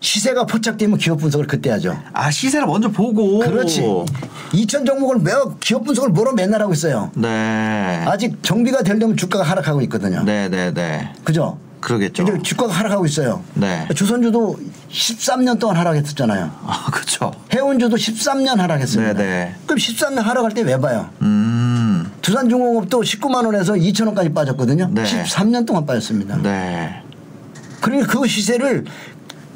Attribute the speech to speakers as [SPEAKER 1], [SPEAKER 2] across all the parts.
[SPEAKER 1] 시세가 포착되면 기업 분석을 그때 하죠.
[SPEAKER 2] 아 시세를 먼저 보고.
[SPEAKER 1] 그렇지. 2천 종목을 매우 기업 분석을 뭐로 맨날 하고 있어요.
[SPEAKER 2] 네.
[SPEAKER 1] 아직 정비가 되려면 주가가 하락하고 있거든요.
[SPEAKER 2] 네네네.
[SPEAKER 1] 그죠?
[SPEAKER 2] 그러겠죠.
[SPEAKER 1] 근데 주가가 하락하고 있어요.
[SPEAKER 2] 네.
[SPEAKER 1] 조선주도 13년 동안 하락했었잖아요.
[SPEAKER 2] 아 그렇죠.
[SPEAKER 1] 해운주도 13년 하락했습니다.
[SPEAKER 2] 네네.
[SPEAKER 1] 그럼 13년 하락할 때 왜 봐요?
[SPEAKER 2] 음.
[SPEAKER 1] 두산중공업도 19만 원에서 2천 원까지 빠졌거든요.
[SPEAKER 2] 네.
[SPEAKER 1] 13년 동안 빠졌습니다.
[SPEAKER 2] 네.
[SPEAKER 1] 그러니까 그 시세를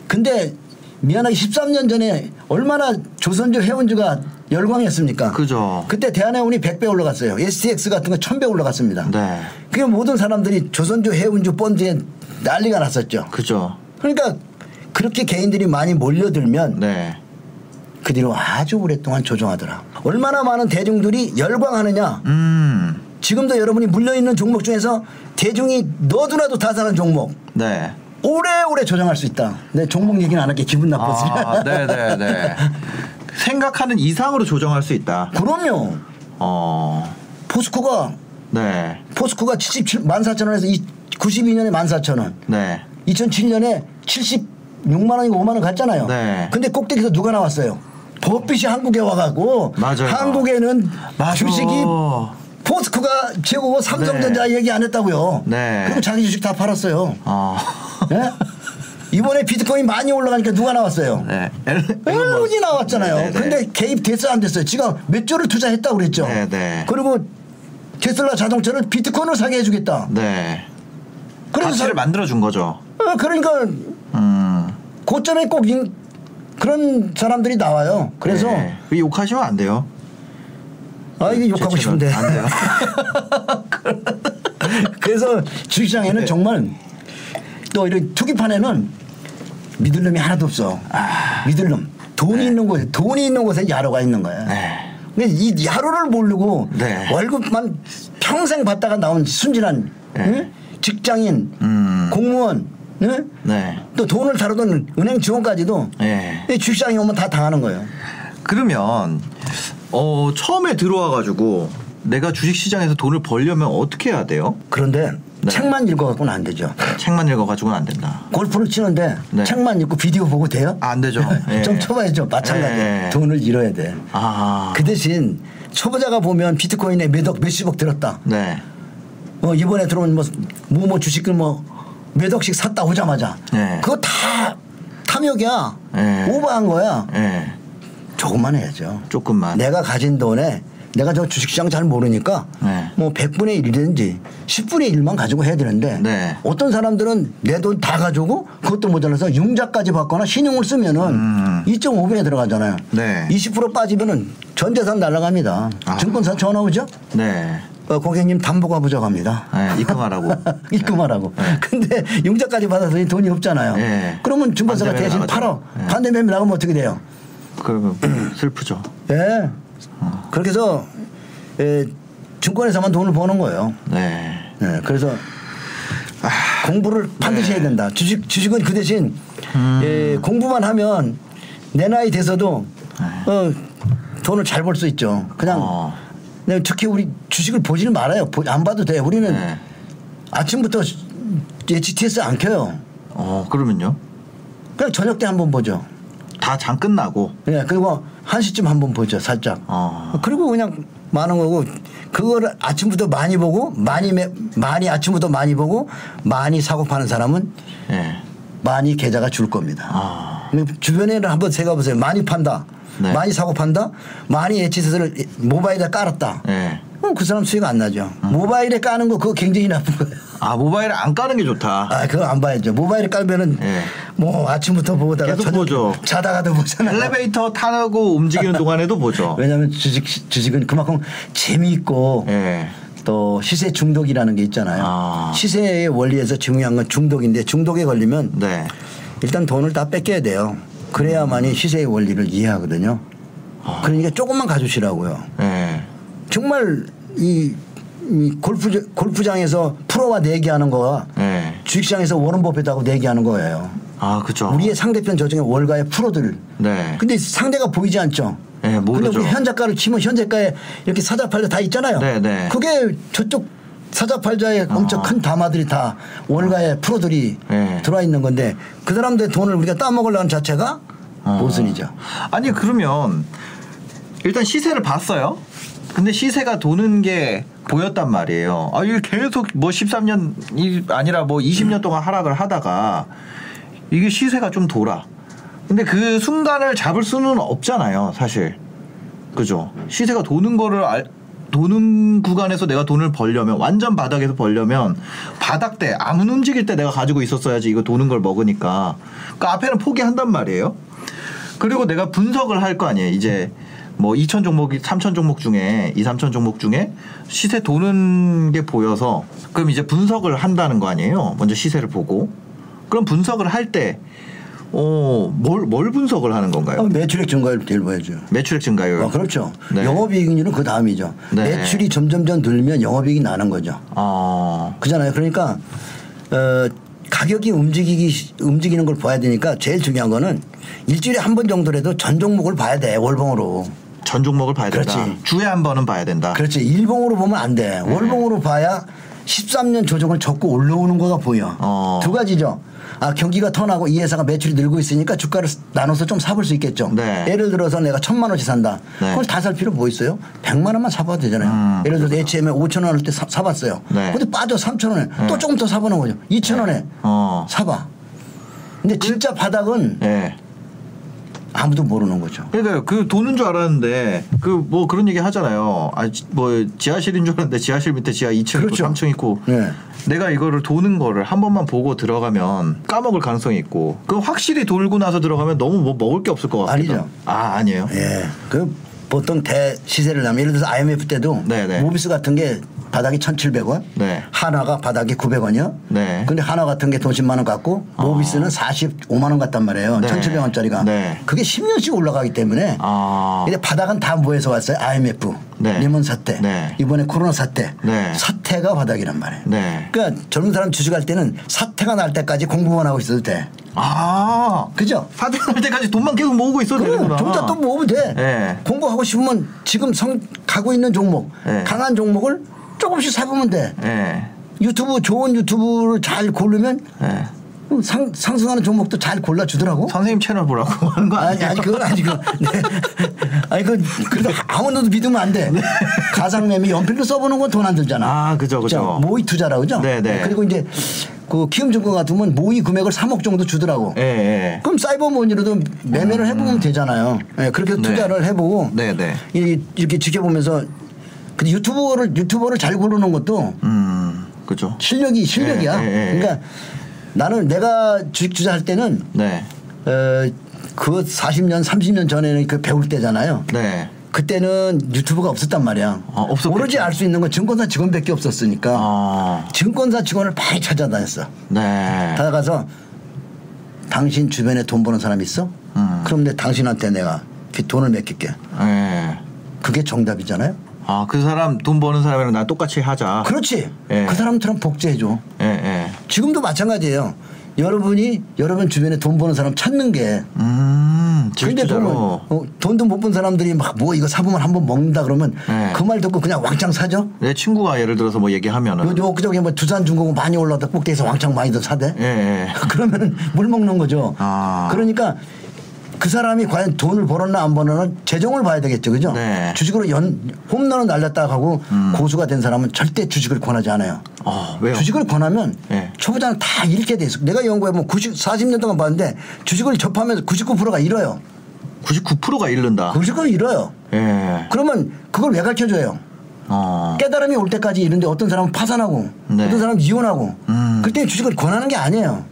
[SPEAKER 1] 근데 미안하게 13년 전에 얼마나 조선주 해운주가 열광했습니까?
[SPEAKER 2] 그죠.
[SPEAKER 1] 어, 그때 대한해운이 100배 올라갔어요. STX 같은 거 1000배 올라갔습니다.
[SPEAKER 2] 네.
[SPEAKER 1] 그게 모든 사람들이 조선주 해운주 본드에 난리가 났었죠.
[SPEAKER 2] 그죠.
[SPEAKER 1] 그러니까 그렇게 개인들이 많이 몰려들면
[SPEAKER 2] 네.
[SPEAKER 1] 그 뒤로 아주 오랫동안 조정하더라. 얼마나 많은 대중들이 열광하느냐.
[SPEAKER 2] 음.
[SPEAKER 1] 지금도 여러분이 물려있는 종목 중에서 대중이 너도나도 다사는 종목
[SPEAKER 2] 네.
[SPEAKER 1] 오래오래 조정할 수 있다. 내 종목 얘기는 안 할게 기분 나쁘지.
[SPEAKER 2] 아 네네네. 생각하는 이상으로 조정할 수 있다.
[SPEAKER 1] 그럼요.
[SPEAKER 2] 어.
[SPEAKER 1] 포스코가
[SPEAKER 2] 네.
[SPEAKER 1] 포스코가 77 14,000원에서 92년에 14,000원.
[SPEAKER 2] 네.
[SPEAKER 1] 2007년에 76만 원이고 5만 원 갔잖아요.
[SPEAKER 2] 네.
[SPEAKER 1] 근데 꼭대기에서 누가 나왔어요? 법빛이 한국에 와가고
[SPEAKER 2] 맞아요.
[SPEAKER 1] 한국에는
[SPEAKER 2] 맞아.
[SPEAKER 1] 주식이
[SPEAKER 2] 어.
[SPEAKER 1] 포스코가 최고고 삼성전자
[SPEAKER 2] 네.
[SPEAKER 1] 얘기 안 했다고요.
[SPEAKER 2] 네.
[SPEAKER 1] 그리고 자기 주식 다 팔았어요.
[SPEAKER 2] 어.
[SPEAKER 1] 예? 이번에 비트코인 많이 올라가니까 누가 나왔어요?
[SPEAKER 2] 네. 앨- 앨범.
[SPEAKER 1] 앨런이 나왔잖아요.
[SPEAKER 2] 네, 네.
[SPEAKER 1] 근데 개입 됐어 안 됐어요. 지금 몇 조를 투자했다고 그랬죠.
[SPEAKER 2] 네, 네.
[SPEAKER 1] 그리고 테슬라 자동차를 비트코인으로 사게 해주겠다.
[SPEAKER 2] 네.
[SPEAKER 1] 그래서
[SPEAKER 2] 가치를
[SPEAKER 1] 사-
[SPEAKER 2] 만들어 준 거죠.
[SPEAKER 1] 어, 그러니까
[SPEAKER 2] 음.
[SPEAKER 1] 고점에 꼭 인- 그런 사람들이 나와요. 그래서
[SPEAKER 2] 네. 그 욕하시면 안 돼요.
[SPEAKER 1] 아 이게 욕하고
[SPEAKER 2] 제 채널.
[SPEAKER 1] 싶은데.
[SPEAKER 2] 안 돼요.
[SPEAKER 1] 그래서 주식시장에는
[SPEAKER 2] 네.
[SPEAKER 1] 정말 또 이런 투기판에는 믿을 놈이 하나도 없어.
[SPEAKER 2] 아.
[SPEAKER 1] 믿을 놈. 돈이 있는 곳에 돈이 있는 곳에 야로가 있는 거야.
[SPEAKER 2] 네.
[SPEAKER 1] 근데 이 야로를 모르고
[SPEAKER 2] 네.
[SPEAKER 1] 월급만 평생 받다가 나온 순진한
[SPEAKER 2] 네.
[SPEAKER 1] 응? 직장인,
[SPEAKER 2] 음.
[SPEAKER 1] 공무원, 응?
[SPEAKER 2] 네.
[SPEAKER 1] 또 돈을 다루던 은행 직원까지도
[SPEAKER 2] 네.
[SPEAKER 1] 이 주식시장에 오면 다 당하는 거예요.
[SPEAKER 2] 그러면 어 처음에 들어와 가지고 내가 주식 시장에서 돈을 벌려면 어떻게 해야 돼요?
[SPEAKER 1] 그런데
[SPEAKER 2] 네.
[SPEAKER 1] 책만 읽어갖고는 안 되죠.
[SPEAKER 2] 책만 읽어 가지고는 안 된다.
[SPEAKER 1] 골프를 치는데
[SPEAKER 2] 네.
[SPEAKER 1] 책만 읽고 비디오 보고 돼요?
[SPEAKER 2] 아, 안 되죠. 예.
[SPEAKER 1] 좀 초보야죠. 마찬가지.
[SPEAKER 2] 예.
[SPEAKER 1] 돈을 잃어야 돼.
[SPEAKER 2] 아.
[SPEAKER 1] 그 대신 초보자가 보면 비트코인에 몇억 몇십억 들었다.
[SPEAKER 2] 네.
[SPEAKER 1] 어, 이번에 들어온 뭐, 뭐, 뭐 주식을 뭐, 몇 억씩 샀다 오자마자.
[SPEAKER 2] 예.
[SPEAKER 1] 그거 다 탐욕이야.
[SPEAKER 2] 예.
[SPEAKER 1] 오버한 거야.
[SPEAKER 2] 예.
[SPEAKER 1] 조금만 해야죠.
[SPEAKER 2] 조금만.
[SPEAKER 1] 내가 가진 돈에 내가 저 주식시장 잘 모르니까
[SPEAKER 2] 네.
[SPEAKER 1] 뭐 100분의 1이든지 10분의 1만 가지고 해야 되는데
[SPEAKER 2] 네.
[SPEAKER 1] 어떤 사람들은 내 돈 다 가지고 그것도 모자라서 융자까지 받거나 신용을 쓰면은 2.5배에 들어가잖아요.
[SPEAKER 2] 음. 네.
[SPEAKER 1] 20% 빠지면은 전 재산 날라갑니다.
[SPEAKER 2] 아.
[SPEAKER 1] 증권사 전화 오죠?
[SPEAKER 2] 네.
[SPEAKER 1] 어, 고객님 담보가 부족합니다.
[SPEAKER 2] 예, 입금하라고.
[SPEAKER 1] 입금하라고.
[SPEAKER 2] 네.
[SPEAKER 1] 근데 융자까지 받았더니 돈이 없잖아요.
[SPEAKER 2] 네.
[SPEAKER 1] 그러면 증권사가
[SPEAKER 2] 반대매매
[SPEAKER 1] 대신
[SPEAKER 2] 나가죠.
[SPEAKER 1] 팔아.
[SPEAKER 2] 네.
[SPEAKER 1] 반대매매 나가면 어떻게 돼요?
[SPEAKER 2] 그러면 슬프죠.
[SPEAKER 1] 예. 그렇게 해서 예, 증권에서만 돈을 버는 거예요.
[SPEAKER 2] 네.
[SPEAKER 1] 예, 그래서 공부를 반드시
[SPEAKER 2] 네.
[SPEAKER 1] 해야 된다. 주식 주식은 그 대신
[SPEAKER 2] 음.
[SPEAKER 1] 예, 공부만 하면 내 나이 돼서도 어, 돈을 잘 벌 수 있죠. 그냥
[SPEAKER 2] 네. 어.
[SPEAKER 1] 네, 특히 우리 주식을 보지는 말아요. 보- 안 봐도 돼. 우리는
[SPEAKER 2] 네.
[SPEAKER 1] 아침부터 HTS 안 켜요.
[SPEAKER 2] 어, 그러면요.
[SPEAKER 1] 그냥 저녁 때 한 번 보죠.
[SPEAKER 2] 다 장 끝나고
[SPEAKER 1] 예, 그리고 한 시쯤 한 번 보죠, 살짝.
[SPEAKER 2] 어.
[SPEAKER 1] 그리고 그냥 많은 거고 그거를 아침부터 많이 보고 많이 매, 많이 아침부터 많이 보고 많이 사고 파는 사람은
[SPEAKER 2] 예.
[SPEAKER 1] 많이 계좌가 줄 겁니다.
[SPEAKER 2] 아.
[SPEAKER 1] 근데 주변에를 한번 제가 보세요. 많이 판다.
[SPEAKER 2] 네.
[SPEAKER 1] 많이 사고 판다. 많이 HTS를 모바일에 깔았다.
[SPEAKER 2] 예.
[SPEAKER 1] 그럼 그 사람 수익 안 나죠.
[SPEAKER 2] 음.
[SPEAKER 1] 모바일에 까는 거 그거 굉장히 나쁜 거예요.
[SPEAKER 2] 아, 모바일을 안 까는 게 좋다.
[SPEAKER 1] 아, 그거 안 봐야죠. 모바일에 깔면은
[SPEAKER 2] 예.
[SPEAKER 1] 뭐 아침부터 보다가
[SPEAKER 2] 계속
[SPEAKER 1] 저녁
[SPEAKER 2] 보죠.
[SPEAKER 1] 자다가도 보잖아요.
[SPEAKER 2] 엘리베이터 타고 움직이는 동안에도 보죠.
[SPEAKER 1] 어. 왜냐하면 주식 주식은 그만큼 재미있고
[SPEAKER 2] 예.
[SPEAKER 1] 또 시세 중독이라는 게 있잖아요.
[SPEAKER 2] 아.
[SPEAKER 1] 시세의 원리에서 중요한 건 중독인데 중독에 걸리면
[SPEAKER 2] 네.
[SPEAKER 1] 일단 돈을 다 뺏겨야 돼요. 그래야만이 시세의 원리를 이해하거든요.
[SPEAKER 2] 아.
[SPEAKER 1] 그러니까 조금만 가주시라고요.
[SPEAKER 2] 예.
[SPEAKER 1] 정말 이, 이 골프 골프장에서 프로와 내기하는 거와
[SPEAKER 2] 예.
[SPEAKER 1] 주식시장에서 워런 버핏하고 내기하는 거예요.
[SPEAKER 2] 아, 그죠.
[SPEAKER 1] 우리의 상대편 저쪽에 월가의 프로들.
[SPEAKER 2] 네.
[SPEAKER 1] 근데 상대가 보이지 않죠.
[SPEAKER 2] 예, 모르죠.
[SPEAKER 1] 근데 우리 현 작가를 치면 현 작가에 이렇게 사자팔자 다 있잖아요.
[SPEAKER 2] 네, 아. 네.
[SPEAKER 1] 그게 저쪽 사자팔자에 엄청 큰 다마들이 다 월가의 프로들이
[SPEAKER 2] 예.
[SPEAKER 1] 들어와 있는 건데 그 사람들의 돈을 우리가 따먹으려는 자체가
[SPEAKER 2] 어.
[SPEAKER 1] 모순이죠.
[SPEAKER 2] 아니 그러면 일단 시세를 봤어요. 근데 시세가 도는 게 보였단 말이에요. 아, 이게 계속 뭐 13년이 아니라 뭐 20년 동안 하락을 하다가 이게 시세가 좀 돌아. 근데 그 순간을 잡을 수는 없잖아요, 사실. 그죠? 시세가 도는 거를 알, 도는 구간에서 내가 돈을 벌려면 완전 바닥에서 벌려면 바닥 때 아무 움직일 때 내가 가지고 있었어야지 이거 도는 걸 먹으니까 그 앞에는 포기한단 말이에요. 그리고 내가 분석을 할 거 아니에요. 이제 뭐 2천 종목이 3천 종목 중에 2, 3천 종목 중에 시세 도는 게 보여서 그럼 이제 분석을 한다는 거 아니에요. 먼저 시세를 보고 그럼 분석을 할 때 어, 뭘, 뭘 분석을 하는 건가요?
[SPEAKER 1] 그럼 매출액 증가율 제일 보여줘요.
[SPEAKER 2] 매출액 증가율.
[SPEAKER 1] 아, 그렇죠.
[SPEAKER 2] 네.
[SPEAKER 1] 영업이익률은 그 다음이죠.
[SPEAKER 2] 네.
[SPEAKER 1] 매출이 점점점 늘면 영업이익이 나는 거죠.
[SPEAKER 2] 아,
[SPEAKER 1] 그잖아요. 그러니까 어, 가격이 움직이기 시- 움직이는 걸 봐야 되니까 제일 중요한 거는 일주일에 한 번 정도라도 전 종목을 봐야 돼 월봉으로.
[SPEAKER 2] 전 종목을 봐야 된다.
[SPEAKER 1] 그렇지.
[SPEAKER 2] 주에 한 번은 봐야 된다.
[SPEAKER 1] 그렇지 일봉으로 보면 안 돼.
[SPEAKER 2] 음.
[SPEAKER 1] 월봉으로 봐야 13년 조정을 적고 올라오는 거가 보여.
[SPEAKER 2] 어.
[SPEAKER 1] 두 가지죠. 아 경기가 턴하고 이 회사가 매출이 늘고 있으니까 주가를 나눠서 좀 사볼 수 있겠죠.
[SPEAKER 2] 네.
[SPEAKER 1] 예를 들어서 내가 천만 원씩 산다.
[SPEAKER 2] 네.
[SPEAKER 1] 그걸 다 살 필요 뭐 있어요? 백만 원만 사봐도 되잖아요.
[SPEAKER 2] 음,
[SPEAKER 1] 예를 들어서 H&M에 5천 원을 때 사, 사봤어요.
[SPEAKER 2] 네.
[SPEAKER 1] 근데 빠져 3천 원에 또 조금 더 사보는 거죠. 2천 원에
[SPEAKER 2] 어.
[SPEAKER 1] 사봐. 근데 진짜 바닥은
[SPEAKER 2] 예.
[SPEAKER 1] 아무도 모르는 거죠.
[SPEAKER 2] 그러니까 그 도는 줄 알았는데 그 뭐 그런 얘기 하잖아요. 아 뭐 지하실인 줄 알았는데 지하실 밑에 지하 2층
[SPEAKER 1] 그렇죠.
[SPEAKER 2] 있고 3층 있고
[SPEAKER 1] 네.
[SPEAKER 2] 내가 이거를 도는 거를 한 번만 보고 들어가면 까먹을 가능성이 있고 그 확실히 돌고 나서 들어가면 너무 뭐 먹을 게 없을 것 같기도.
[SPEAKER 1] 아니죠.
[SPEAKER 2] 아 아니에요.
[SPEAKER 1] 예. 그 보통 대 시세를 나면 예를 들어서 IMF 때도
[SPEAKER 2] 네네.
[SPEAKER 1] 모비스 같은 게 바닥이 1,700원,
[SPEAKER 2] 네.
[SPEAKER 1] 하나가 바닥이 900원이요.
[SPEAKER 2] 네. 아.
[SPEAKER 1] 근데 하나 같은 게 돈 10만 원 같고 모비스는 45만 원 같단 말이에요.
[SPEAKER 2] 네.
[SPEAKER 1] 1,700원짜리가.
[SPEAKER 2] 네.
[SPEAKER 1] 그게 10년씩 올라가기 때문에
[SPEAKER 2] 아.
[SPEAKER 1] 근데 바닥은 다 뭐에서 왔어요? IMF,
[SPEAKER 2] 네.
[SPEAKER 1] 리먼 사태,
[SPEAKER 2] 네.
[SPEAKER 1] 이번에 코로나 사태,
[SPEAKER 2] 네.
[SPEAKER 1] 사태가 바닥이란 말이에요.
[SPEAKER 2] 네.
[SPEAKER 1] 그러니까 젊은 사람 주식할 때는 사태가 날 때까지 공부만 하고 있어도 돼.
[SPEAKER 2] 아.
[SPEAKER 1] 그죠?
[SPEAKER 2] 사대 날 때까지 돈만 계속 모으고 있어도 되는구나.
[SPEAKER 1] 그래, 좀더또 모으면 돼.
[SPEAKER 2] 예.
[SPEAKER 1] 공부하고 싶으면 지금 성, 가고 있는 종목,
[SPEAKER 2] 예.
[SPEAKER 1] 강한 종목을 조금씩 사보면 돼.
[SPEAKER 2] 예.
[SPEAKER 1] 유튜브 좋은 유튜브를 잘 고르면
[SPEAKER 2] 예.
[SPEAKER 1] 상, 상승하는 종목도 잘 골라주더라고.
[SPEAKER 2] 선생님 채널 보라고 하는 거
[SPEAKER 1] 아니
[SPEAKER 2] 아니에요?
[SPEAKER 1] 아니 그건 아니고 네. 아니 그 그래도 아무나도 믿으면 안 돼. 가상매매 연필로 써보는 건 돈 안 들잖아.
[SPEAKER 2] 네. 아, 그죠, 그죠.
[SPEAKER 1] 자, 모의 투자라 그죠.
[SPEAKER 2] 네, 네.
[SPEAKER 1] 그리고 이제 그 키움증권 같으면 모의 금액을 3억 정도 주더라고.
[SPEAKER 2] 예, 예.
[SPEAKER 1] 그럼 사이버 머니로도 매매를 해보면 되잖아요. 예, 그렇게
[SPEAKER 2] 네.
[SPEAKER 1] 투자를 해보고
[SPEAKER 2] 네, 네.
[SPEAKER 1] 이- 이렇게 지켜보면서 근데 유튜버를 유튜버를 잘 고르는 것도
[SPEAKER 2] 음. 그죠.
[SPEAKER 1] 실력이 실력이야.
[SPEAKER 2] 예, 예, 예.
[SPEAKER 1] 그러니까 나는 내가 주식 투자할 때는
[SPEAKER 2] 네.
[SPEAKER 1] 어, 그 40년 30년 전에는 그 배울 때잖아요.
[SPEAKER 2] 네.
[SPEAKER 1] 그때는 유튜브가 없었단 말이야.
[SPEAKER 2] 아, 없었겠죠.
[SPEAKER 1] 오로지 알 수 있는 건 증권사 직원밖에 없었으니까
[SPEAKER 2] 아.
[SPEAKER 1] 증권사 직원을 많이 찾아다녔어.
[SPEAKER 2] 네.
[SPEAKER 1] 다가가서 당신 주변에 돈 버는 사람 있어?
[SPEAKER 2] 음.
[SPEAKER 1] 그럼 내 당신한테 내가 그 돈을 맡길게.
[SPEAKER 2] 예.
[SPEAKER 1] 그게 정답이잖아요.
[SPEAKER 2] 아, 그 사람 돈 버는 사람이랑 나 똑같이 하자.
[SPEAKER 1] 그렇지.
[SPEAKER 2] 예.
[SPEAKER 1] 그 사람들은 복제해줘.
[SPEAKER 2] 예, 예.
[SPEAKER 1] 지금도 마찬가지예요. 여러분이 여러분 주변에 돈 버는 사람 찾는 게
[SPEAKER 2] 음.
[SPEAKER 1] 근데 보면
[SPEAKER 2] 질투자로.
[SPEAKER 1] 어, 돈도 못 본 사람들이 막 뭐 이거 사보면 한번 먹는다 그러면
[SPEAKER 2] 네.
[SPEAKER 1] 그 말 듣고 그냥 왕창 사죠.
[SPEAKER 2] 내 친구가 예를 들어서 뭐 얘기하면은
[SPEAKER 1] 요즘 엊그저께 뭐 두산 중공업 많이 올라왔다 꼭대기에서 왕창 많이들 사대.
[SPEAKER 2] 예, 예.
[SPEAKER 1] 그러면 물 먹는 거죠.
[SPEAKER 2] 아.
[SPEAKER 1] 그러니까 그 사람이 과연 돈을 벌었나 안 벌었나 재정을 봐야 되겠죠. 그죠?
[SPEAKER 2] 네. 음.
[SPEAKER 1] 주식으로 연 홈런을 날렸다 하고 고수가 된 사람은 절대 주식을 권하지 않아요.
[SPEAKER 2] 어, 왜요?
[SPEAKER 1] 주식을 권하면
[SPEAKER 2] 예.
[SPEAKER 1] 초보자는 다 잃게 돼 있어. 내가 연구해보면 90, 40년 동안 봤는데 주식을 접하면서 99%가 잃어요.
[SPEAKER 2] 99%가 잃는다.
[SPEAKER 1] 99% 잃어요.
[SPEAKER 2] 예.
[SPEAKER 1] 그러면 그걸 왜 가르쳐 줘요?
[SPEAKER 2] 어.
[SPEAKER 1] 깨달음이 올 때까지 이런데 어떤 사람은 파산하고
[SPEAKER 2] 네.
[SPEAKER 1] 어떤 사람은 이혼하고
[SPEAKER 2] 음.
[SPEAKER 1] 그때 주식을 권하는 게 아니에요.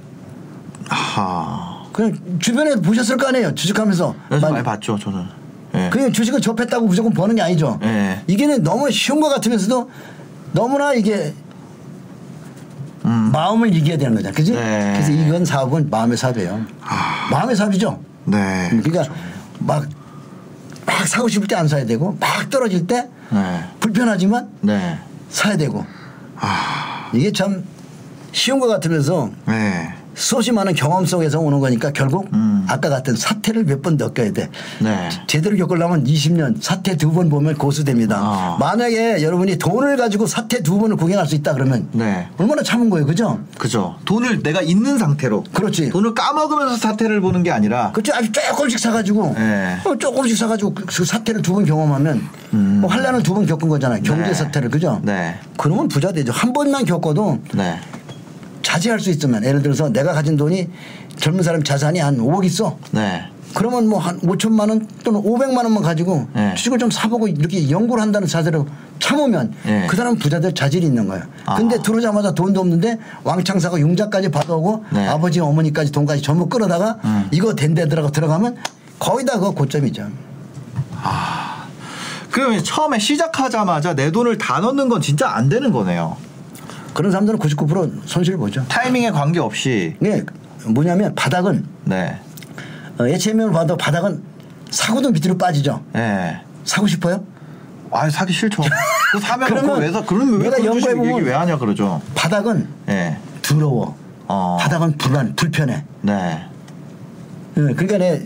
[SPEAKER 2] 하.
[SPEAKER 1] 그냥 주변에 보셨을 거 아니에요. 주식하면서
[SPEAKER 2] 그래서
[SPEAKER 1] 만-
[SPEAKER 2] 많이 봤죠, 저는. 예.
[SPEAKER 1] 그냥 주식을 접했다고 무조건 버는 게 아니죠.
[SPEAKER 2] 네.
[SPEAKER 1] 이게는 너무 쉬운 것 같으면서도 너무나 이게
[SPEAKER 2] 음.
[SPEAKER 1] 마음을 예. 이겨야 되는 거잖아요. 그지?
[SPEAKER 2] 네.
[SPEAKER 1] 그래서 이건 사업은 아. 마음의 사업이에요. 마음의 사업이죠.
[SPEAKER 2] 네.
[SPEAKER 1] 그러니까 막, 막 사고 싶을 때 안 사야 되고 막 떨어질 때
[SPEAKER 2] 네.
[SPEAKER 1] 불편하지만
[SPEAKER 2] 네.
[SPEAKER 1] 사야 되고
[SPEAKER 2] 아.
[SPEAKER 1] 이게 참 쉬운 것 같으면서
[SPEAKER 2] 네.
[SPEAKER 1] 수없이 많은 경험 속에서 오는 거니까 결국
[SPEAKER 2] 음.
[SPEAKER 1] 아까 같은 사태를 몇 번 겪어야 돼.
[SPEAKER 2] 네.
[SPEAKER 1] 제대로 겪으려면 20년 사태 두 번 보면 고수 됩니다.
[SPEAKER 2] 아.
[SPEAKER 1] 만약에 여러분이 돈을 가지고 사태 두 번을 구경할 수 있다 그러면
[SPEAKER 2] 네.
[SPEAKER 1] 얼마나 참은 거예요, 그죠?
[SPEAKER 2] 그죠. 돈을 내가 있는 상태로.
[SPEAKER 1] 그렇지.
[SPEAKER 2] 돈을 까먹으면서 사태를 보는 게 아니라.
[SPEAKER 1] 그렇죠. 아주 조금씩 사가지고
[SPEAKER 2] 네.
[SPEAKER 1] 어, 조금씩 사가지고 그- 그 사태를 두 번 경험하면 뭐 환란을 두 번 겪은 거잖아요. 경제
[SPEAKER 2] 음. 네.
[SPEAKER 1] 사태를 그죠?
[SPEAKER 2] 네.
[SPEAKER 1] 그러면 부자 되죠. 한 번만 겪어도
[SPEAKER 2] 네.
[SPEAKER 1] 자제할 수 있으면 예를 들어서 내가 가진 돈이 젊은 사람 자산이 한 5억 있어.
[SPEAKER 2] 네.
[SPEAKER 1] 그러면 뭐 한 5천만 원 또는 500만 원만 가지고
[SPEAKER 2] 네.
[SPEAKER 1] 주식을 좀 사보고 이렇게 연구를 한다는 자세로 참으면
[SPEAKER 2] 네.
[SPEAKER 1] 그 사람은 부자들 자질이 있는 거예요.
[SPEAKER 2] 아.
[SPEAKER 1] 근데 들어오자마자 돈도 없는데 왕창 사고 융자까지 받아오고
[SPEAKER 2] 네. 음.
[SPEAKER 1] 아버지 어머니까지 돈까지 전부 끌어다가 이거 된 데 들어가 들어가면 거의 다 그거 고점이죠.
[SPEAKER 2] 그러면 처음에 시작하자마자 내 돈을 다 넣는 건 진짜 안 되는 거네요.
[SPEAKER 1] 그런 사람들은 99% 손실을 보죠.
[SPEAKER 2] 타이밍에 관계없이.
[SPEAKER 1] 이게 뭐냐면 바닥은
[SPEAKER 2] 네.
[SPEAKER 1] 어, HMM을 봐도 바닥은 사고도 밑으로 빠지죠.
[SPEAKER 2] 네.
[SPEAKER 1] 사고 싶어요?
[SPEAKER 2] 아 사기 싫죠. 그 사면
[SPEAKER 1] 그러면
[SPEAKER 2] 그거 왜서 그러면 왜
[SPEAKER 1] 내가
[SPEAKER 2] 그런 주식
[SPEAKER 1] 연구해보면-
[SPEAKER 2] 얘기 왜 하냐 그러죠.
[SPEAKER 1] 바닥은
[SPEAKER 2] 예.
[SPEAKER 1] 더러워.
[SPEAKER 2] 어.
[SPEAKER 1] 바닥은 불안, 불편해.
[SPEAKER 2] 네.
[SPEAKER 1] 예, 그러니까 내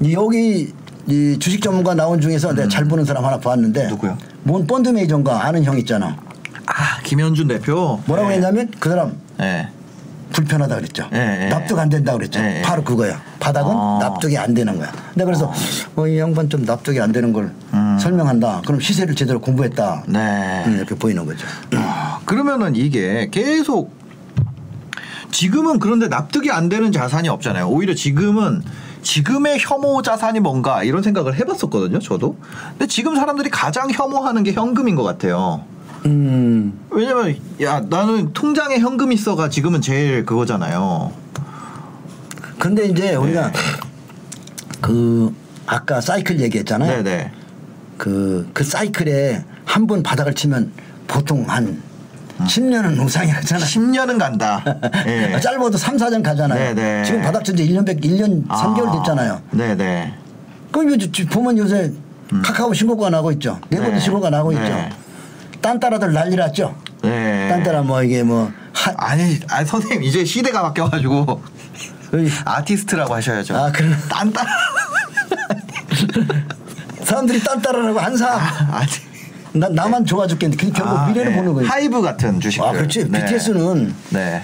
[SPEAKER 1] 이- 여기 이 주식 전문가 나온 중에서 내가 잘 보는 사람 하나 봤는데
[SPEAKER 2] 음. 누구요?
[SPEAKER 1] 뭔 펀드 매니저인가 아는 형 있잖아.
[SPEAKER 2] 아 김현준 대표.
[SPEAKER 1] 뭐라고
[SPEAKER 2] 예.
[SPEAKER 1] 했냐면 그 사람
[SPEAKER 2] 예.
[SPEAKER 1] 불편하다 그랬죠.
[SPEAKER 2] 예, 예.
[SPEAKER 1] 납득 안 된다 그랬죠.
[SPEAKER 2] 예, 아. 예.
[SPEAKER 1] 바로 그거야. 바닥은
[SPEAKER 2] 어.
[SPEAKER 1] 납득이 안 되는 거야. 근데 그래서 어, 이 양반 좀 납득이 안 되는 걸 설명한다. 그럼 시세를 제대로 공부했다.
[SPEAKER 2] 음. 네.
[SPEAKER 1] 음, 이렇게 보이는 거죠.
[SPEAKER 2] 아, 그러면은 이게 계속 지금은 그런데 납득이 안 되는 자산이 없잖아요. 오히려 지금은 지금의 혐오 자산이 뭔가 이런 생각을 해봤었거든요. 저도. 근데 지금 사람들이 가장 혐오하는 게 현금인 것 같아요.
[SPEAKER 1] 음,
[SPEAKER 2] 왜냐면 야 나는 통장에 현금 있어가 지금은 제일 그거잖아요.
[SPEAKER 1] 근데 이제 우리가
[SPEAKER 2] 네.
[SPEAKER 1] 그 아까 사이클 얘기했잖아요.
[SPEAKER 2] 네네.
[SPEAKER 1] 그, 그 사이클에 한 번 바닥을 치면 보통 한 10년은 우상이라잖아요.
[SPEAKER 2] 10년은 간다. 예.
[SPEAKER 1] 짧아도 3, 4년
[SPEAKER 2] 네,
[SPEAKER 1] 가잖아요.
[SPEAKER 2] 네.
[SPEAKER 1] 지금 바닥 친지 1년 백 1년
[SPEAKER 2] 아,
[SPEAKER 1] 3개월 됐잖아요.
[SPEAKER 2] 네네.
[SPEAKER 1] 그럼 요즘 지- 보면 요새 카카오 신고가 안 하고 있죠. 네버도
[SPEAKER 2] 음. 네.
[SPEAKER 1] 신고가 안 하고
[SPEAKER 2] 네.
[SPEAKER 1] 있죠. 딴따라들 난리 났죠.
[SPEAKER 2] 네.
[SPEAKER 1] 딴따라 뭐 이게 뭐 하,
[SPEAKER 2] 아니, 아 선생님 이제 시대가 바뀌어가지고
[SPEAKER 1] 이
[SPEAKER 2] 아티스트라고 하셔야죠.
[SPEAKER 1] 아, 그래요?
[SPEAKER 2] 딴따라.
[SPEAKER 1] 사람들이 딴따라라고 안 사.
[SPEAKER 2] 아니.
[SPEAKER 1] 나, 나만 좋아 죽겠는데 그 결국
[SPEAKER 2] 아,
[SPEAKER 1] 미래를
[SPEAKER 2] 네.
[SPEAKER 1] 보는 거예요.
[SPEAKER 2] 하이브 같은 주식.
[SPEAKER 1] 아, 그렇지. BTS는
[SPEAKER 2] 네.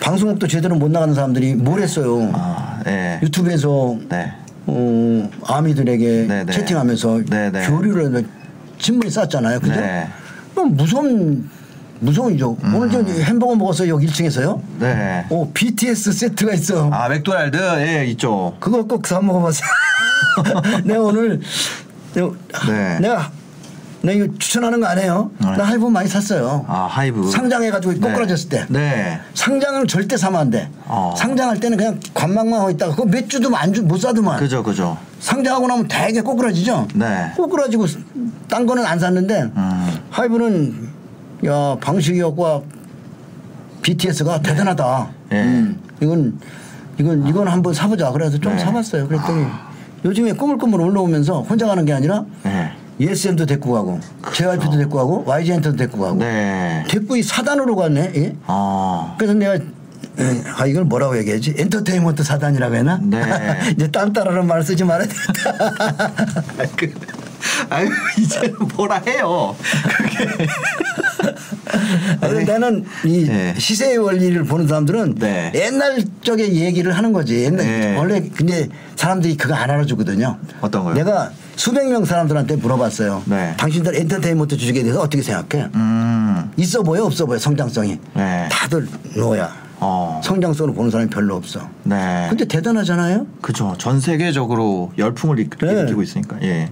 [SPEAKER 1] 방송국도 제대로 못 나가는 사람들이 뭘 했어요.
[SPEAKER 2] 아, 네.
[SPEAKER 1] 유튜브에서
[SPEAKER 2] 네.
[SPEAKER 1] 어, 아미들에게
[SPEAKER 2] 네, 네.
[SPEAKER 1] 채팅하면서
[SPEAKER 2] 네, 네.
[SPEAKER 1] 교류를 신문에 쌌잖아요. 그죠?
[SPEAKER 2] 네. 음.
[SPEAKER 1] 그럼 무서운 무서운이죠. 오늘 저 햄버거 먹었어요. 여기 1층에서요.
[SPEAKER 2] 네.
[SPEAKER 1] 오 BTS 세트가 있어.
[SPEAKER 2] 아, 맥도날드 예, 있죠.
[SPEAKER 1] 그거 꼭 사 먹어봤어. 내가 오늘 내가,
[SPEAKER 2] 네.
[SPEAKER 1] 내가 내가 이거 추천하는 거 안 해요.
[SPEAKER 2] 네.
[SPEAKER 1] 나 할부 많이 샀어요.
[SPEAKER 2] 아, 하이브.
[SPEAKER 1] 상장해가지고
[SPEAKER 2] 네.
[SPEAKER 1] 꼬꾸라졌을 때.
[SPEAKER 2] 네.
[SPEAKER 1] 상장을 절대 사면 안 돼.
[SPEAKER 2] 어.
[SPEAKER 1] 상장할 때는 그냥 관망만 하고 있다가 그거 몇 주도 안 주, 못 사더만.
[SPEAKER 2] 그죠, 그죠.
[SPEAKER 1] 상장하고 나면 되게 꼬꾸라지죠.
[SPEAKER 2] 네. 음.
[SPEAKER 1] 꼬꾸라지고 딴 거는 안 샀는데 하이브는 야 방식이었고 BTS가 대단하다.
[SPEAKER 2] 예.
[SPEAKER 1] 음, 이건 이건 이건 한번 사보자. 그래서 좀
[SPEAKER 2] 네. 아.
[SPEAKER 1] 사봤어요. 그랬더니 요즘에 꾸물꾸물 올라오면서 혼자 가는 게 아니라
[SPEAKER 2] 네.
[SPEAKER 1] ESM도 데리고 가고 JYP도 데리고 가고 YG엔터도 데리고 가고
[SPEAKER 2] 그렇죠. 네.
[SPEAKER 1] 데리고 이 사단으로 갔네. 예?
[SPEAKER 2] 어.
[SPEAKER 1] 그래서 내가 에, 아 이걸 뭐라고 얘기하지? 엔터테인먼트 사단이라고 해나?
[SPEAKER 2] 네.
[SPEAKER 1] 이제 딴따라는 말 쓰지 말아야 되겠다.
[SPEAKER 2] 아, 그, 아유, 이제는 뭐라 해요. 그게.
[SPEAKER 1] 그래서 그러니까 나는 이
[SPEAKER 2] 네.
[SPEAKER 1] 시세의 원리를 보는 사람들은
[SPEAKER 2] 네.
[SPEAKER 1] 옛날 쪽의 얘기를 하는 거지. 옛날
[SPEAKER 2] 네.
[SPEAKER 1] 원래 근데 사람들이 그거 안 알아주거든요.
[SPEAKER 2] 어떤 거요?
[SPEAKER 1] 내가 수백 명 사람들한테 물어봤어요.
[SPEAKER 2] 네.
[SPEAKER 1] 당신들 엔터테인먼트 주식에 대해서 어떻게 생각해?
[SPEAKER 2] 음.
[SPEAKER 1] 있어 보여 없어 보여 성장성이.
[SPEAKER 2] 네.
[SPEAKER 1] 다들 노야.
[SPEAKER 2] 어.
[SPEAKER 1] 성장성을 보는 사람이 별로 없어.
[SPEAKER 2] 네.
[SPEAKER 1] 근데 대단하잖아요.
[SPEAKER 2] 그죠. 전 세계적으로 열풍을 일-
[SPEAKER 1] 네.
[SPEAKER 2] 일으키고 있으니까. 예.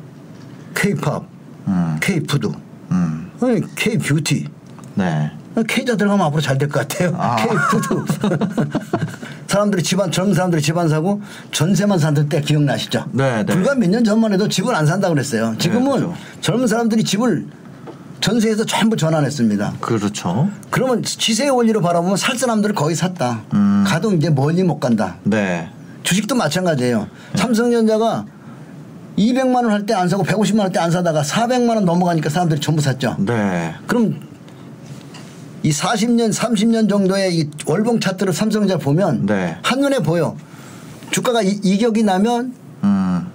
[SPEAKER 1] K-팝,
[SPEAKER 2] 음.
[SPEAKER 1] K-푸드,
[SPEAKER 2] 음.
[SPEAKER 1] K-뷰티.
[SPEAKER 2] 네.
[SPEAKER 1] K자 들어가면 앞으로 잘 될 것 같아요.
[SPEAKER 2] 아.
[SPEAKER 1] K푸드. 사람들이 집안 젊은 사람들이 집안 사고 전세만 산들 때 기억나시죠?
[SPEAKER 2] 네, 네.
[SPEAKER 1] 불과 몇 년 전만 해도 집을 안 산다 그랬어요. 지금은
[SPEAKER 2] 그죠.
[SPEAKER 1] 젊은 사람들이 집을 전세에서 전부 전환했습니다.
[SPEAKER 2] 그렇죠. 음.
[SPEAKER 1] 그러면 시세의 원리로 바라보면 살 사람들은 거의 샀다. 가도 이제 멀리 못 간다.
[SPEAKER 2] 네.
[SPEAKER 1] 주식도 마찬가지예요. 삼성전자가 200만 원 할 때 안 사고 150만 원 할 때 안 사다가 400만 원 넘어가니까 사람들이 전부 샀죠.
[SPEAKER 2] 네.
[SPEAKER 1] 그럼 이 40년, 30년 정도의 이 월봉 차트를 삼성전자 보면
[SPEAKER 2] 네.
[SPEAKER 1] 한눈에 보여. 주가가 이, 이격이 나면
[SPEAKER 2] 음.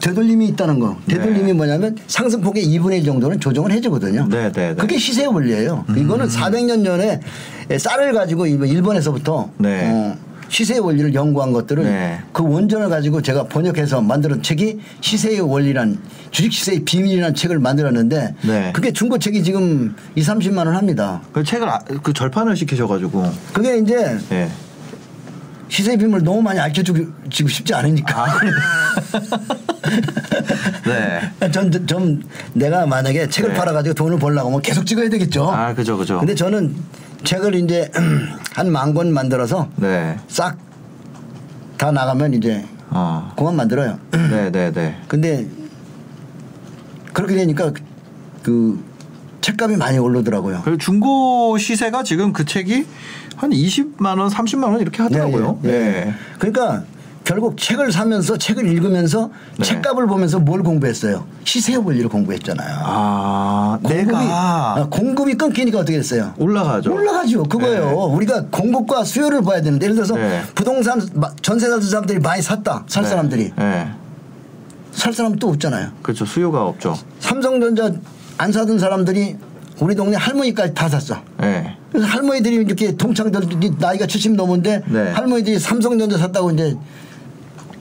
[SPEAKER 1] 되돌림이 있다는 거.
[SPEAKER 2] 네.
[SPEAKER 1] 되돌림이 뭐냐면 상승폭의 2분의 1 정도는 조정을 해주거든요.
[SPEAKER 2] 네, 네, 음. 네.
[SPEAKER 1] 그게 시세 원리예요. 이거는 400년 전에 쌀을 가지고 이 일본에서부터
[SPEAKER 2] 네.
[SPEAKER 1] 어, 시세의 원리를 연구한 것들을
[SPEAKER 2] 네.
[SPEAKER 1] 그 원전을 가지고 제가 번역해서 만든 책이 시세의 원리란 주식 시세의 비밀이라는 책을 만들었는데
[SPEAKER 2] 네.
[SPEAKER 1] 그게 중고책이 지금 2, 30만 원 합니다.
[SPEAKER 2] 그 책을 아- 그 절판을 시키셔가지고.
[SPEAKER 1] 그게 이제
[SPEAKER 2] 예.
[SPEAKER 1] 시세의 비밀을 너무 많이 알려주고 지금 쉽지 않으니까.
[SPEAKER 2] 아, 네.
[SPEAKER 1] 전, 좀 내가 만약에 책을
[SPEAKER 2] 네.
[SPEAKER 1] 팔아가지고 돈을 벌려고 하면 계속 찍어야 되겠죠.
[SPEAKER 2] 아 그죠 그죠.
[SPEAKER 1] 근데 저는 책을 이제 한 만 권 만들어서
[SPEAKER 2] 네.
[SPEAKER 1] 싹 다 나가면 이제
[SPEAKER 2] 어.
[SPEAKER 1] 그만 만들어요.
[SPEAKER 2] 네네네.
[SPEAKER 1] 근데 그렇게 되니까 그 책값이 많이 오르더라고요.
[SPEAKER 2] 그리고 중고 시세가 지금 그 책이 한 20만 원, 30만 원 이렇게 하더라고요.
[SPEAKER 1] 예,
[SPEAKER 2] 네.
[SPEAKER 1] 예, 예. 그러니까 결국 책을 사면서 책을 읽으면서
[SPEAKER 2] 네.
[SPEAKER 1] 책값을 보면서 뭘 공부했어요? 시세 원리를 공부했잖아요.
[SPEAKER 2] 아 내가
[SPEAKER 1] 아, 공급이 끊기니까 어떻게 됐어요?
[SPEAKER 2] 올라가죠.
[SPEAKER 1] 올라가죠. 그거예요.
[SPEAKER 2] 네.
[SPEAKER 1] 우리가 공급과 수요를 봐야 되는데 예를 들어서
[SPEAKER 2] 네.
[SPEAKER 1] 부동산 마- 전세 사는 사람들이 많이 샀다. 살
[SPEAKER 2] 네.
[SPEAKER 1] 사람들이
[SPEAKER 2] 네.
[SPEAKER 1] 살 사람 또 없잖아요.
[SPEAKER 2] 그렇죠. 수요가 없죠.
[SPEAKER 1] 삼성전자 안 사던 사람들이 우리 동네 할머니까지 다 샀어.
[SPEAKER 2] 네.
[SPEAKER 1] 그래서 할머니들이 이렇게 동창들이 나이가 70 넘은데
[SPEAKER 2] 네.
[SPEAKER 1] 할머니들이 삼성전자 샀다고 이제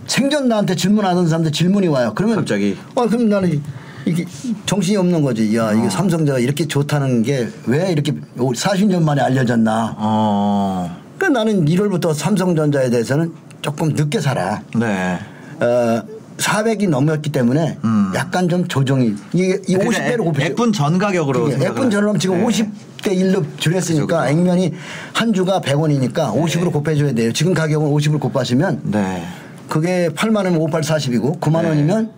[SPEAKER 1] 생전 나한테 질문하던 사람들 질문이 와요. 그러면
[SPEAKER 2] 갑자기?
[SPEAKER 1] 어 그럼 나는 이게 정신이 없는 거지. 야
[SPEAKER 2] 아.
[SPEAKER 1] 이게 삼성전자 이렇게 좋다는 게 왜 이렇게 40년 만에 알려졌나?
[SPEAKER 2] 어.
[SPEAKER 1] 그러니까 나는 1월부터 삼성전자에 대해서는 조금 늦게 살아.
[SPEAKER 2] 네.
[SPEAKER 1] 어, 400이 넘었기 때문에
[SPEAKER 2] 음. 그러니까
[SPEAKER 1] 약간 좀 조정이 이게 이 50배로 곱해요. 그러니까
[SPEAKER 2] 예쁜 전 가격으로. 생각을
[SPEAKER 1] 예쁜 전럼 지금
[SPEAKER 2] 네. 그렇죠,
[SPEAKER 1] 50대 1로 줄였으니까
[SPEAKER 2] 그죠.
[SPEAKER 1] 액면이 한 주가 100원이니까 50으로 곱해줘야 돼요. 지금 가격은 50을 곱하시면
[SPEAKER 2] 네.
[SPEAKER 1] 그게 8만 원이면 5840이고 9만
[SPEAKER 2] 네.
[SPEAKER 1] 원이면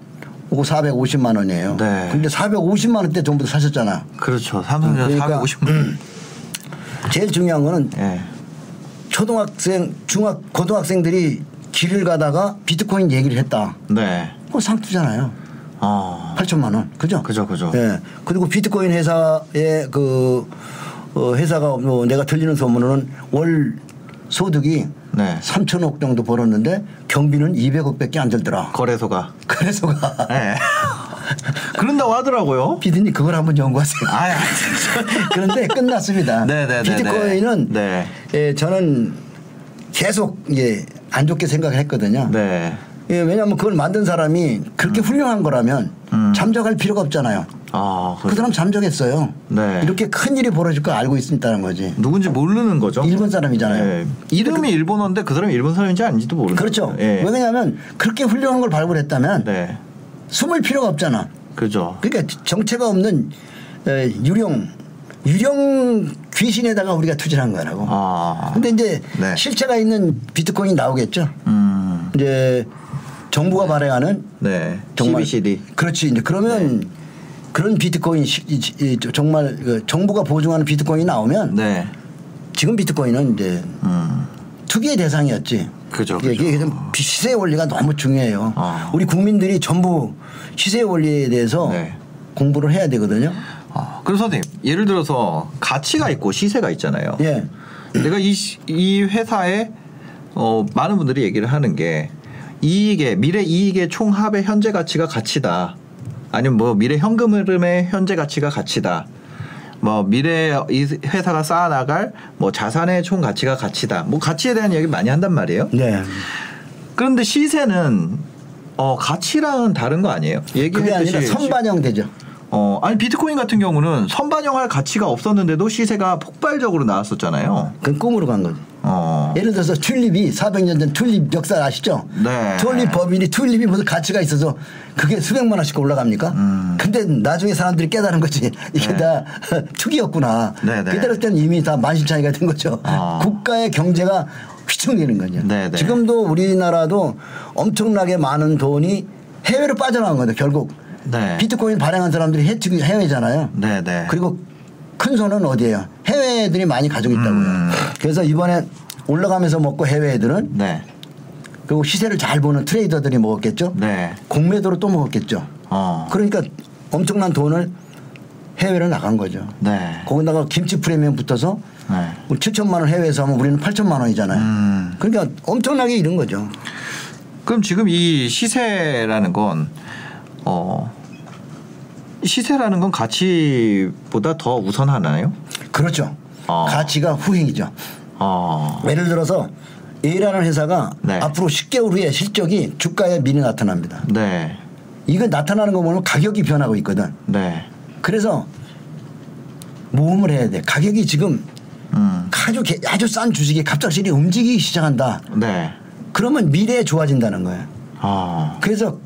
[SPEAKER 1] 450만 원이에요.
[SPEAKER 2] 네.
[SPEAKER 1] 근데 450만 원대 전부 다 사셨잖아.
[SPEAKER 2] 그렇죠. 삼성전자
[SPEAKER 1] 그러니까,
[SPEAKER 2] 450만 원.
[SPEAKER 1] 제일 중요한 거는
[SPEAKER 2] 예.
[SPEAKER 1] 초등학생, 중학, 고등학생들이 길을 가다가 비트코인 얘기를 했다.
[SPEAKER 2] 네.
[SPEAKER 1] 그거 상투잖아요.
[SPEAKER 2] 어.
[SPEAKER 1] 8천만 원. 그죠?
[SPEAKER 2] 그죠, 그죠.
[SPEAKER 1] 예. 그리고 비트코인 회사의 그 어, 회사가 뭐 내가 들리는 소문으로는 월 소득이
[SPEAKER 2] 네.
[SPEAKER 1] 3천억 정도 벌었는데 경비는 200억밖에 안 들더라.
[SPEAKER 2] 거래소가.
[SPEAKER 1] 그래서가
[SPEAKER 2] 예. 그런다고 하더라고요.
[SPEAKER 1] 피디님 그걸 한번 연구하세요.
[SPEAKER 2] 아야. 진짜.
[SPEAKER 1] 그런데 끝났습니다.
[SPEAKER 2] 네, 네, 네, 네.
[SPEAKER 1] 비트코인은
[SPEAKER 2] 네.
[SPEAKER 1] 예, 저는 계속 예, 안 좋게 생각을 했거든요.
[SPEAKER 2] 네.
[SPEAKER 1] 예, 왜냐하면 그걸 만든 사람이 그렇게 훌륭한 거라면
[SPEAKER 2] 음.
[SPEAKER 1] 잠적할 필요가 없잖아요.
[SPEAKER 2] 아,
[SPEAKER 1] 그
[SPEAKER 2] 그
[SPEAKER 1] 사람 잠적했어요.
[SPEAKER 2] 네.
[SPEAKER 1] 이렇게 큰 일이 벌어질 걸 알고 있었다는 거지.
[SPEAKER 2] 누군지 모르는 거죠.
[SPEAKER 1] 일본 사람이잖아요.
[SPEAKER 2] 예. 이름이 일본어인데 그 사람이 일본 사람인지 아닌지도 모르는
[SPEAKER 1] 그렇죠.
[SPEAKER 2] 거죠. 예.
[SPEAKER 1] 왜냐하면 그렇게 훌륭한 걸 발굴했다면
[SPEAKER 2] 네.
[SPEAKER 1] 숨을 필요가 없잖아.
[SPEAKER 2] 그죠.
[SPEAKER 1] 그러니까 정체가 없는 에, 유령 유령 귀신에다가 우리가 투자한 거라고.
[SPEAKER 2] 아.
[SPEAKER 1] 근데 이제
[SPEAKER 2] 네.
[SPEAKER 1] 실체가 있는 비트코인이 나오겠죠.
[SPEAKER 2] 음.
[SPEAKER 1] 이제 정부가 발행하는
[SPEAKER 2] 네.
[SPEAKER 1] 정말
[SPEAKER 2] CBCD.
[SPEAKER 1] 그렇지 이제 그러면
[SPEAKER 2] 네.
[SPEAKER 1] 그런 비트코인 시- 이- 이- 정말 그 정부가 보증하는 비트코인이 나오면
[SPEAKER 2] 네.
[SPEAKER 1] 지금 비트코인은 이제
[SPEAKER 2] 음.
[SPEAKER 1] 투기의 대상이었지.
[SPEAKER 2] 그죠,
[SPEAKER 1] 이게-
[SPEAKER 2] 그죠. 어.
[SPEAKER 1] 이게 좀 시세 원리가 너무 중요해요.
[SPEAKER 2] 아.
[SPEAKER 1] 우리 국민들이 전부 시세 원리에 대해서
[SPEAKER 2] 네.
[SPEAKER 1] 공부를 해야 되거든요.
[SPEAKER 2] 아, 그럼 선생님, 예를 들어서 가치가 있고 시세가 있잖아요.
[SPEAKER 1] 예.
[SPEAKER 2] 내가 이, 시- 이 회사에 어, 많은 분들이 얘기를 하는 게 이익의 미래 이익의 총합의 현재 가치가 가치다. 아니면 뭐 미래 현금 흐름의 현재 가치가 가치다. 뭐 미래 이 회사가 쌓아나갈 뭐 자산의 총 가치가 가치다. 뭐 가치에 대한 이야기 많이 한단 말이에요.
[SPEAKER 1] 네.
[SPEAKER 2] 그런데 시세는 어 가치랑은 다른 거 아니에요?
[SPEAKER 1] 그게 아니라
[SPEAKER 2] 얘기했듯이
[SPEAKER 1] 선반영되죠.
[SPEAKER 2] 어, 아니 비트코인 같은 경우는 선반영할 가치가 없었는데도 시세가 폭발적으로 나왔었잖아요.
[SPEAKER 1] 그건 꿈으로 간 거지.
[SPEAKER 2] 어.
[SPEAKER 1] 예를 들어서 튤립이 400년 전 튤립 역사 아시죠?
[SPEAKER 2] 네.
[SPEAKER 1] 튤립 법인이 튤립이 무슨 가치가 있어서 그게 수백만 원씩 올라갑니까?
[SPEAKER 2] 음.
[SPEAKER 1] 근데 나중에 사람들이 깨달은 거지 이게
[SPEAKER 2] 네.
[SPEAKER 1] 다 투기였구나.
[SPEAKER 2] 네, 네.
[SPEAKER 1] 그때로 때는 이미 다 만신창이가 된 거죠.
[SPEAKER 2] 아.
[SPEAKER 1] 국가의 경제가 휘청이는 거죠.
[SPEAKER 2] 네, 네.
[SPEAKER 1] 지금도 우리나라도 엄청나게 많은 돈이 해외로 빠져나간 거죠. 결국
[SPEAKER 2] 네.
[SPEAKER 1] 비트코인 발행한 사람들이 해- 지금 해외잖아요.
[SPEAKER 2] 네, 네.
[SPEAKER 1] 그리고 큰 손은 어디예요? 해외 애들이 많이 가지고 있다고요.
[SPEAKER 2] 음.
[SPEAKER 1] 그래서 이번에 올라가면서 먹고 해외 애들은
[SPEAKER 2] 네.
[SPEAKER 1] 그리고 시세를 잘 보는 트레이더들이 먹었겠죠.
[SPEAKER 2] 네.
[SPEAKER 1] 공매도로 또 먹었겠죠.
[SPEAKER 2] 어.
[SPEAKER 1] 그러니까 엄청난 돈을 해외로 나간 거죠.
[SPEAKER 2] 네.
[SPEAKER 1] 거기다가 김치 프리미엄 붙어서
[SPEAKER 2] 네.
[SPEAKER 1] 우리 7천만 원 해외에서 하면 우리는 8천만 원이잖아요.
[SPEAKER 2] 음.
[SPEAKER 1] 그러니까 엄청나게 잃은 거죠.
[SPEAKER 2] 그럼 지금 이 시세라는 건 어. 시세라는 건 가치보다 더 우선하나요?
[SPEAKER 1] 그렇죠.
[SPEAKER 2] 어.
[SPEAKER 1] 가치가 후행이죠.
[SPEAKER 2] 어.
[SPEAKER 1] 예를 들어서 A라는 회사가
[SPEAKER 2] 네.
[SPEAKER 1] 앞으로 10개월 후에 실적이 주가에 미리 나타납니다.
[SPEAKER 2] 네.
[SPEAKER 1] 이거 나타나는 거 보면 가격이 변하고 있거든.
[SPEAKER 2] 네.
[SPEAKER 1] 그래서 모험을 해야 돼. 가격이 지금
[SPEAKER 2] 음.
[SPEAKER 1] 아주 개- 아주 싼 주식이 갑작스레 움직이기 시작한다.
[SPEAKER 2] 네.
[SPEAKER 1] 그러면 미래에 좋아진다는 거예요.
[SPEAKER 2] 어.
[SPEAKER 1] 그래서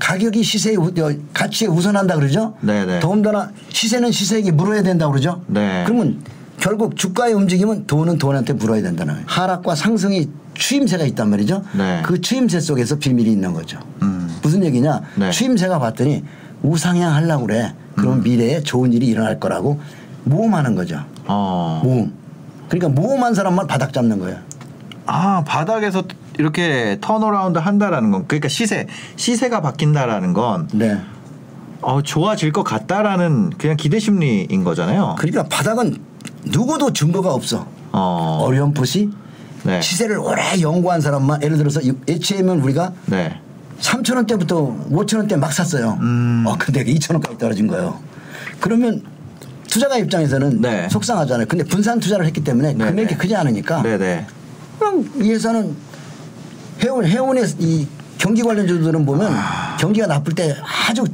[SPEAKER 1] 가격이 시세에 우- 어, 가치에 우선한다 그러죠.
[SPEAKER 2] 네네.
[SPEAKER 1] 더군다나 시세는 시세에게 물어야 된다 그러죠.
[SPEAKER 2] 네.
[SPEAKER 1] 그러면 결국 주가의 움직임은 돈은 돈한테 물어야 된다는 거예요. 하락과 상승이 추임새가 있단 말이죠.
[SPEAKER 2] 네.
[SPEAKER 1] 그 추임새 속에서 비밀이 있는 거죠.
[SPEAKER 2] 음.
[SPEAKER 1] 무슨 얘기냐?
[SPEAKER 2] 네. 음.
[SPEAKER 1] 추임새가 봤더니 우상향 하려고 그래. 그럼 미래에 좋은 일이 일어날 거라고 모험하는 거죠.
[SPEAKER 2] 어.
[SPEAKER 1] 모험. 그러니까 모험한 사람만 바닥 잡는 거예요.
[SPEAKER 2] 아 바닥에서 이렇게 턴어라운드 한다라는 건 그러니까 시세 시세가 바뀐다라는 건
[SPEAKER 1] 네.
[SPEAKER 2] 어, 좋아질 것 같다라는 그냥 기대 심리인 거잖아요.
[SPEAKER 1] 그러니까 바닥은 누구도 증거가 없어.
[SPEAKER 2] 어,
[SPEAKER 1] 어렴풋이
[SPEAKER 2] 네.
[SPEAKER 1] 시세를 오래 연구한 사람만 예를 들어서 HM은 우리가
[SPEAKER 2] 네.
[SPEAKER 1] 3천 원대부터 5천 원대 막 샀어요.
[SPEAKER 2] 음.
[SPEAKER 1] 어, 근데 2천 원까지 떨어진 거예요. 그러면 투자가 입장에서는
[SPEAKER 2] 네.
[SPEAKER 1] 속상하잖아요. 근데 분산 투자를 했기 때문에
[SPEAKER 2] 네,
[SPEAKER 1] 금액이
[SPEAKER 2] 네.
[SPEAKER 1] 크지 않으니까
[SPEAKER 2] 네네.
[SPEAKER 1] 그냥 이 회사는 해운 해운의 이 경기 관련주들은 보면
[SPEAKER 2] 아.
[SPEAKER 1] 경기가 나쁠 때 아주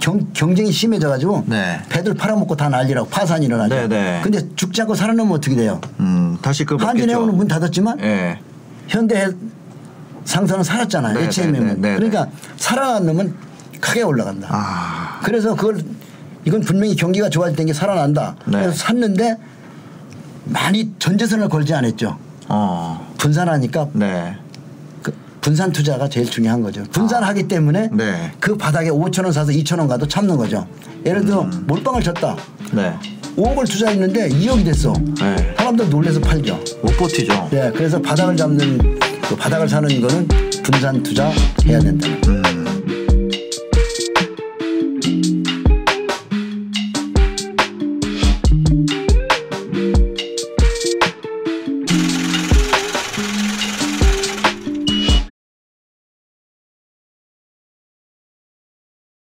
[SPEAKER 1] 경, 경쟁이 심해져 가지고
[SPEAKER 2] 네.
[SPEAKER 1] 배들 팔아먹고 다 난리라고 파산이 일어나죠.
[SPEAKER 2] 네, 네.
[SPEAKER 1] 근데 죽지 않고 살아남으면 어떻게 돼요?
[SPEAKER 2] 음 다시 그
[SPEAKER 1] 한진해운은 문 닫았지만
[SPEAKER 2] 예.
[SPEAKER 1] 현대 상사는 살았잖아요.
[SPEAKER 2] 네, 네,
[SPEAKER 1] HMM은.
[SPEAKER 2] 네, 네,
[SPEAKER 1] 그러니까 살아난 놈은 크게 올라간다.
[SPEAKER 2] 아.
[SPEAKER 1] 그래서 그걸 이건 분명히 경기가 좋아질 때 살아난다.
[SPEAKER 2] 네.
[SPEAKER 1] 그래서 샀는데 많이 전재산을 걸지 않았죠.
[SPEAKER 2] 어.
[SPEAKER 1] 분산하니까
[SPEAKER 2] 네.
[SPEAKER 1] 그 분산 투자가 제일 중요한 거죠. 분산하기 때문에
[SPEAKER 2] 네.
[SPEAKER 1] 그 바닥에 5천 원 사서 2천 원 가도 참는 거죠. 예를 들어
[SPEAKER 2] 음.
[SPEAKER 1] 몰빵을 쳤다.
[SPEAKER 2] 네.
[SPEAKER 1] 5억을 투자했는데 2억이 됐어.
[SPEAKER 2] 네.
[SPEAKER 1] 사람들 놀래서 팔죠.
[SPEAKER 2] 못 버티죠.
[SPEAKER 1] 예, 네, 그래서 바닥을 잡는 그 바닥을 사는 거는 분산 투자 해야 된다.
[SPEAKER 2] 음.